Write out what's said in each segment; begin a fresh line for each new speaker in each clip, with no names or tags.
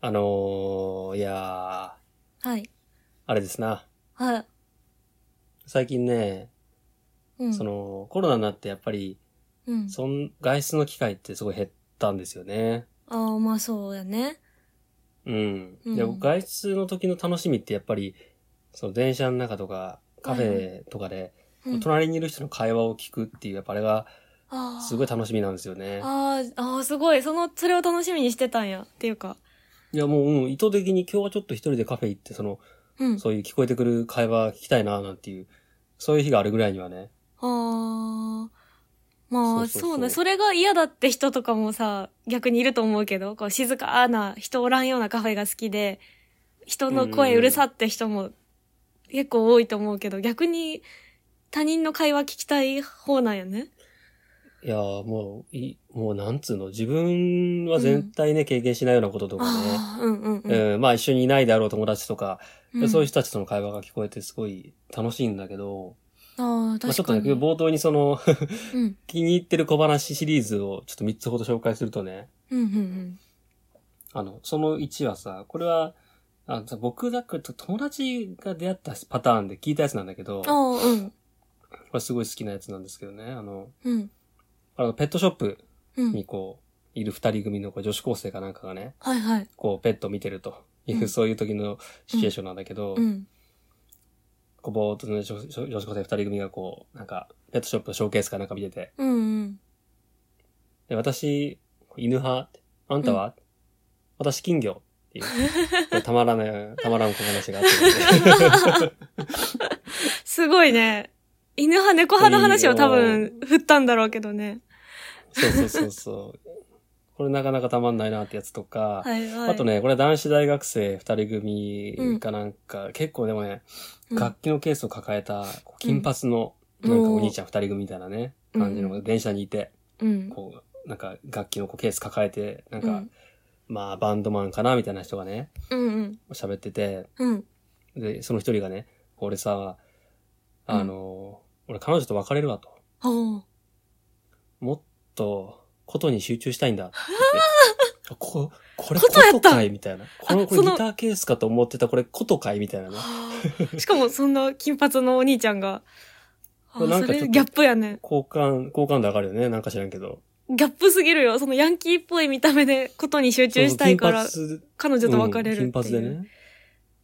あのー、いやー、
はい。
あれですな。
はい。
最近ね、
うん。
その、コロナになってやっぱり、
うん。
そん、外出の機会ってすごい減ったんですよね。
ああ、まあそうやね。
うん。
うん
で、僕外出の時の楽しみってやっぱり、その電車の中とか、カフェとかで、
うん、
隣にいる人の会話を聞くっていう、やっぱあれが
あー
すごい楽しみなんですよね。
あーあー、すごい。その、それを楽しみにしてたんや。っていうか。
いや、もう、うん、意図的に今日はちょっと一人でカフェ行って、その、
うん。
そういう聞こえてくる会話聞きたいな、なんていう、そういう日があるぐらいにはね。
ああ。まあ、
そうそうそう
そうね。それが嫌だって人とかもさ、逆にいると思うけど、こう、静かな、人おらんようなカフェが好きで、人の
うんうん
声
うん
うるさって人も結構多いと思うけど、逆に他人の会話聞きたい方なんやね。
いやー、もう、い、もうなんつうの、自分は全体ね、経験しないようなこととかね。
ああ、うんうんうん。
うん、まあ一緒にいないであろう友達とか、
ん
そういう人たちとの会話が聞こえてすごい楽しいんだけど、
ああ、
まあちょ
確
っと
か
ね、
に。
冒頭にその、
うん。
気に入ってる小話シリーズをちょっと3つほど紹介するとね、
うんうんうん。
あの、その1はさ、これは、あ僕だけ友達が出会ったパターンで聞いたやつなんだけど、
あ
こ
あ、うん。
れすごい好きなやつなんですけどね、あの、
うん。
あのペットショップ
うん
に。こう、いる二人組のこう女子高生かなんかがね、
はいはい。
こうペット見てるというう、
ん
そういう時のシチュエーションなんだけど、
うん。
こうぼーっとね、女子女子高生二人組がこう、なんか、ペットショップのショーケースかなんか見てて、
うんうん。
で、私、犬派、あんたは、私、金魚 っていう、これたまらない、たまらん小話があって、
すごいね。犬派、猫派の話を多分振ったんだろうけどね。
そうそうそうそう。これなかなかたまんないなってやつとか、
はいはい。
あとね、これ男子大学生二人組かなんか、結構でもね、
うん、
楽器のケースを抱えた、こう金髪の、なんかお兄ちゃん二人組みたいなね、
うん
感じの電車にいて、
うん。
こう、なんか楽器のこうケース抱えて、なんか、
うん
まあバンドマンかなみたいな人がね、
うんうん。
喋ってて、
うん。
で、その一人がね、俺さ、あの、俺彼女と別れるわと。
おー
もっと、ことに集中したいん だって言って。こ、これこ
ことやった
とかいみたいな。この、
あ
これ
そ
ギ
の
ターケースかと思ってたこれことかいみたいなね。
はあしかもそんな金髪のお兄ちゃんが。あ
これなん
ー
か
そ
ちょっ
れ
と
ギャップやね。
好感、好感度上がるよね。なんか知らんけど。
ギャップすぎるよ。そのヤンキーっぽい見た目でことに集中したいから、
そうそう
彼女
金
と
髪
別れるっていう、
うん金髪でね。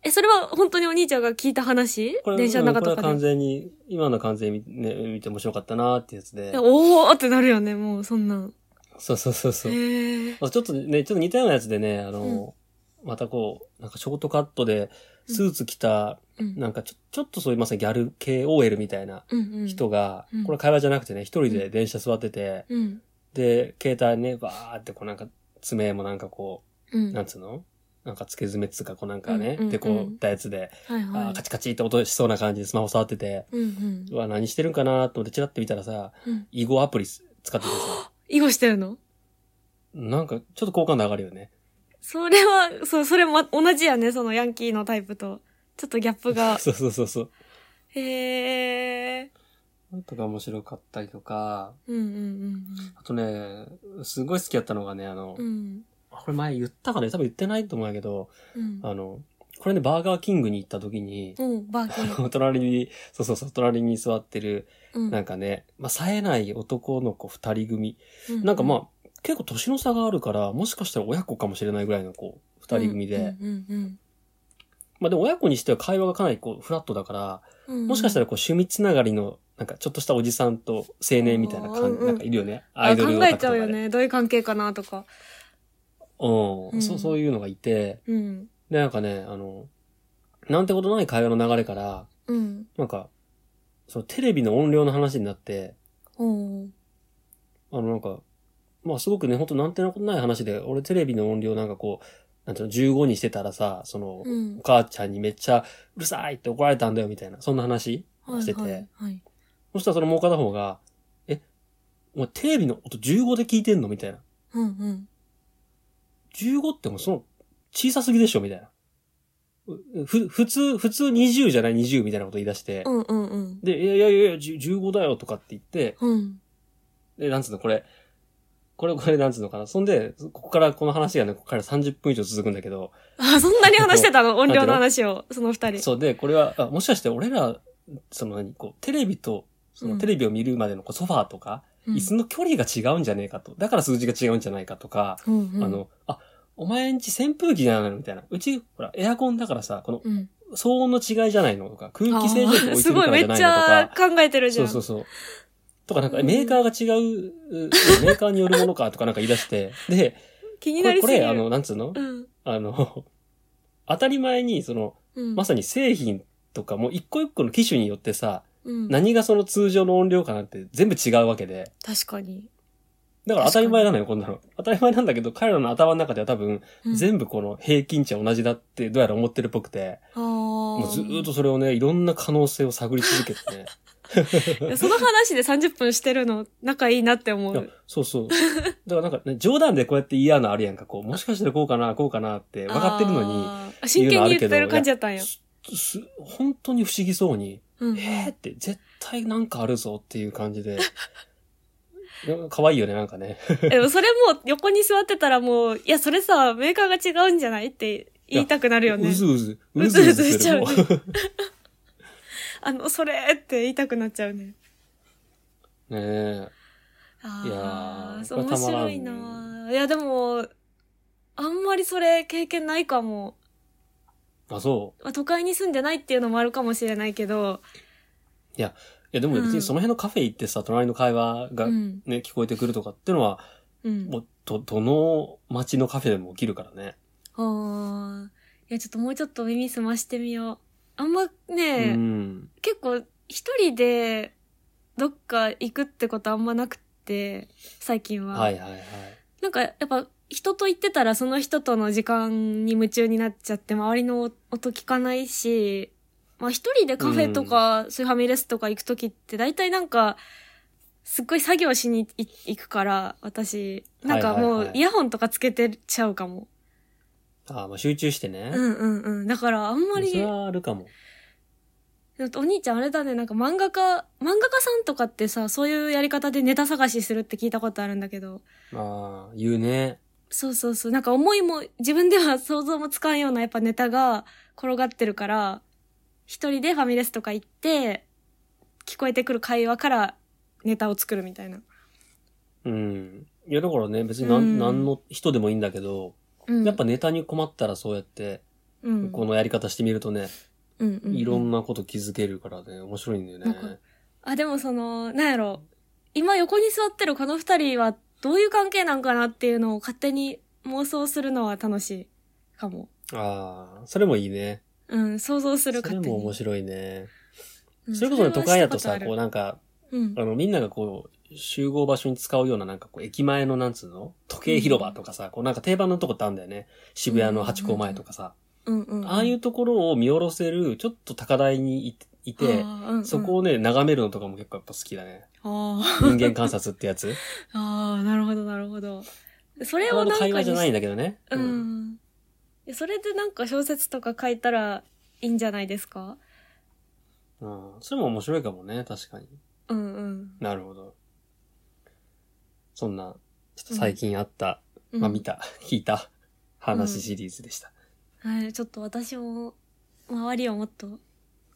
え、それは本当にお兄ちゃんが聞いた話
これ
電車の中
うん
と
これは
か
完
で。
全に、今の完全に見,、ね、見て面白かったなーってやつで。
おーってなるよね、もうそんなん。
そうそうそうそう。
へえ。
あちょっとね、ちょっと似たようなやつでね、あの、またこう、なんかショートカットで、スーツ着た、
うん
なんかちょ、ちょっとそういうまさにギャル系 OL みたいな
うんうん。
人が、
うん
これ会話じゃなくてね、一人で電車座ってて、
うん。
で、携帯ね、バーってこうなんか、爪もなんかこ
う
う、
ん。
な
は
んつうのなんか付け爪っつうか、こうなんかね、
うん
でこ
うんう、
うんたやつで、あ
い
ー
は
カ
い。
チカチって音しそうな感じでスマホ触ってて、
うんうん
うわ、何してるんかなと思ってチラッと見たらさ、
うん。
囲碁アプリ使っててさ、
囲碁してるの
なんかちょっと好感度上がるよね。
それは、そう、それも同じやね、そのヤンキーのタイプと。ちょっとギャップが。
そうそうそうそう。
へえ。
とか面白かったりとか、
うんうん
あとね、すごい好きやったのがね、あの、
うんうん。うん。
これ前言ったかね、多分言ってないと思うんやけど、
うん。
あの、これね、バーガーキングに行った時に、
うん、バーキン。
隣に、そうそうそう、隣に座ってる、
うん。
なんかね、まあ、冴えない男の子二人組。なんか
あ、
まあ、結構年の差があるから、もしかしたら親子かもしれないぐらいの子、二人組で。
うんうん
まあでも親子にしては会話がかなりこう、フラットだから、
うんうん。
もしかした
ら、
らこう、趣味つながりの、なんかちょっとしたおじさんと青年みたいな
あー
感
うんう
じ、
ん
なんかいるよね。ア
あ
イドルオ
考
タ
え
ク
ち
と
ゃ
か
う
で
よね。どういう関係かなとか。
う、
うんん
そう、そういうのがいて、
うん。
で、なんかね、あの、なんてことのない会話の流れから、
うん。
なんか、そのテレビの音量の話になって、
おー
あのなんか、まあすごくね、ほんとなんてことない話で、俺テレビの音量なんかこう、なんていうの、15にしてたらさ、その、
うん
お。母ちゃんにめっちゃうるさいって怒られたんだよみたいな、そんな話
はい
してて、
はいはい。
そしたらそのもう片方が、え、お前テレビの音15で聞いてんのみたいな。
うんうん。
15ってもうその、小さすぎでしょみたいな。うふ、普通、普通20じゃない20みたいなこと言い出して、
うんうんうん。
で、いやいやいやいや、じゅ15だよとかって言って、
うん。
で、なんつうの、これ、これ、これなんつうのかな。そんで、ここからこの話がね、ここから30分以上続くんだけど、
あ、そんなに話して たの音量の話を、その二人。
そうで、これは、あもしかして俺ら、その何、こう、テレビと、そのテレビを見るまでのこうソファーとか、
うん
椅子の距離が違うんじゃねえかと。だから数字が違うんじゃないかとか、
うんうん
あ、の、あ、お前んち扇風機なのよみたいな。うち、ほら、エアコンだからさ、この
うん。
騒音の違いじゃないのとか、空
あ
気清浄機
ー
置い
す
てる
ご
か
い、
ら
め
じ
っ
ゃない
ち
のとか
ゃ。考えてるじ
そ
ゃ。
うんそう
う
そう。とか、なんか、
うん
メーカーが違うう、メーカーによるものかとかなんか言い出して、で、
気に
これ、
なりす
こ
ぎる。
れ、あの、なんつうの
うん。
あの、当たり前に、その、
うん。
まさに製品とかも一個一個の機種によってさ、
うん、
何がその通常の音量かなんて全部違うわけで、
確かに。
だから当たり前なのよ、こんなの。当たり前なんだけど、彼らの頭の中では多分、
うん、
全部この平均値は同じだって、どうやら思ってるっぽくて、
あ
も
も
うずーっとそれをね、いろんな可能性を探り続けてね。
その話で30分してるの、仲いいなって思
いや
う。
そうそう。 だからなんか、ね、冗談でこうやって嫌なのあるやんか、こう、もしかしてこうかな、こうかなって分かってるのに、
あー。真剣に言ってる感じだったんや。
す本当に不思議そうに、
うん。
えーって絶対なんかあるぞっていう感じで。 なんか可愛いよね、なんかね。
でもそれもう横に座ってたらもう、いや、それさ、メーカーが違うんじゃないって言いたくなるよね
う。ずうず。
うずうずしちゃう
う
ね
ずうずする
あの、それって言いたくなっちゃうね。
もう ねいや
ああ、
ー
そう
これ
面
たまらん
白いな。いや、でも、あんまりそれ経験ないかも。
え。あ、そう。
まあ都会に住んでないっていうのもあるかもしれないけど、
いや、でも別
うん
にその辺のカフェ行ってさ、隣の会話が
う
ね、
ん。
聞こえてくるとかってのは、
うん。
もう、ど、どの街のカフェでも起きるからね。
ああ。いや、ちょっともうちょっと耳澄ましてみよう。あんま
う
ね、
ん。
結構一人でどっか行くってことあんまなくて、最近は。
はいはいはい。
なんかやっぱ人と行ってたらその人との時間に夢中になっちゃって周りの音聞かないし、まあ一人でカフェとか、そういうファミレスとか行くときって大体なんか、すっごい作業しに行行くから、私。なんかも
はいはいうはい
イヤホンとかつけてちゃうかも。
あーまあ集中してね。
うんうんうん。だからあんまり。
それはあるかも。
だってお兄ちゃんあれだね、なんか漫画家、漫画家さんとかってさ、そういうやり方でネタ探しするって聞いたことあるんだけど、
ああ、言うね。
そうそうそう、なんか思いも、自分では想像もつかんようなやっぱネタが転がってるから、一人でファミレスとか行って、聞こえてくる会話からネタを作るみたいな。
うん。いや、だからね、別になん、
うん
なんの人でもいいんだけど、
うん。
やっぱ、ネタに困ったらそうやって、
うん、
このやり方してみるとね、
うんうん、
いろんなこと気づけるからね、面白いんだよね
わ。かるあ、でもその、なんやろ。今横に座ってるこの二人はどういう関係なんかなっていうのを勝手に妄想するのは楽しいかも。
ああ、それもいいね。
うん、想像す
そ
る
れ
勝手
も
に。
面白いね。
うん
それこそね、都会だと
そ
さ、
れはした
こう
と
なんか、
あるうん
あの、みんながこう、集合場所に使うようななんかこう、駅前のなんつうの時計広場とかさ、こうなんか定番のとこってあるんだよね。渋谷のハチ公前とかさ。
うんうん。
ああいうところを見下ろせる、ちょっと高台にいいて、
あーうんうん
そこをね、眺めるのとかも結構やっぱ好きだ ね。
あ
人間観察ってやつ。
ーあー、なるほど、なるほど。それ
これ
をなん
の
か
会
に
話じゃないん
だ。
だけどね。
う。ん。いやそれでなんか小説とか書いたらいいんじゃないですか
うん。それも面白いかもね、確かに。
うんうん
なるほど。そんな、ちょっと最近あった、
うん。
まあ見た、 聞いた話シリーズでした。
はい、ちょっと私も周りをもっと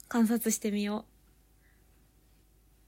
観察してみよう。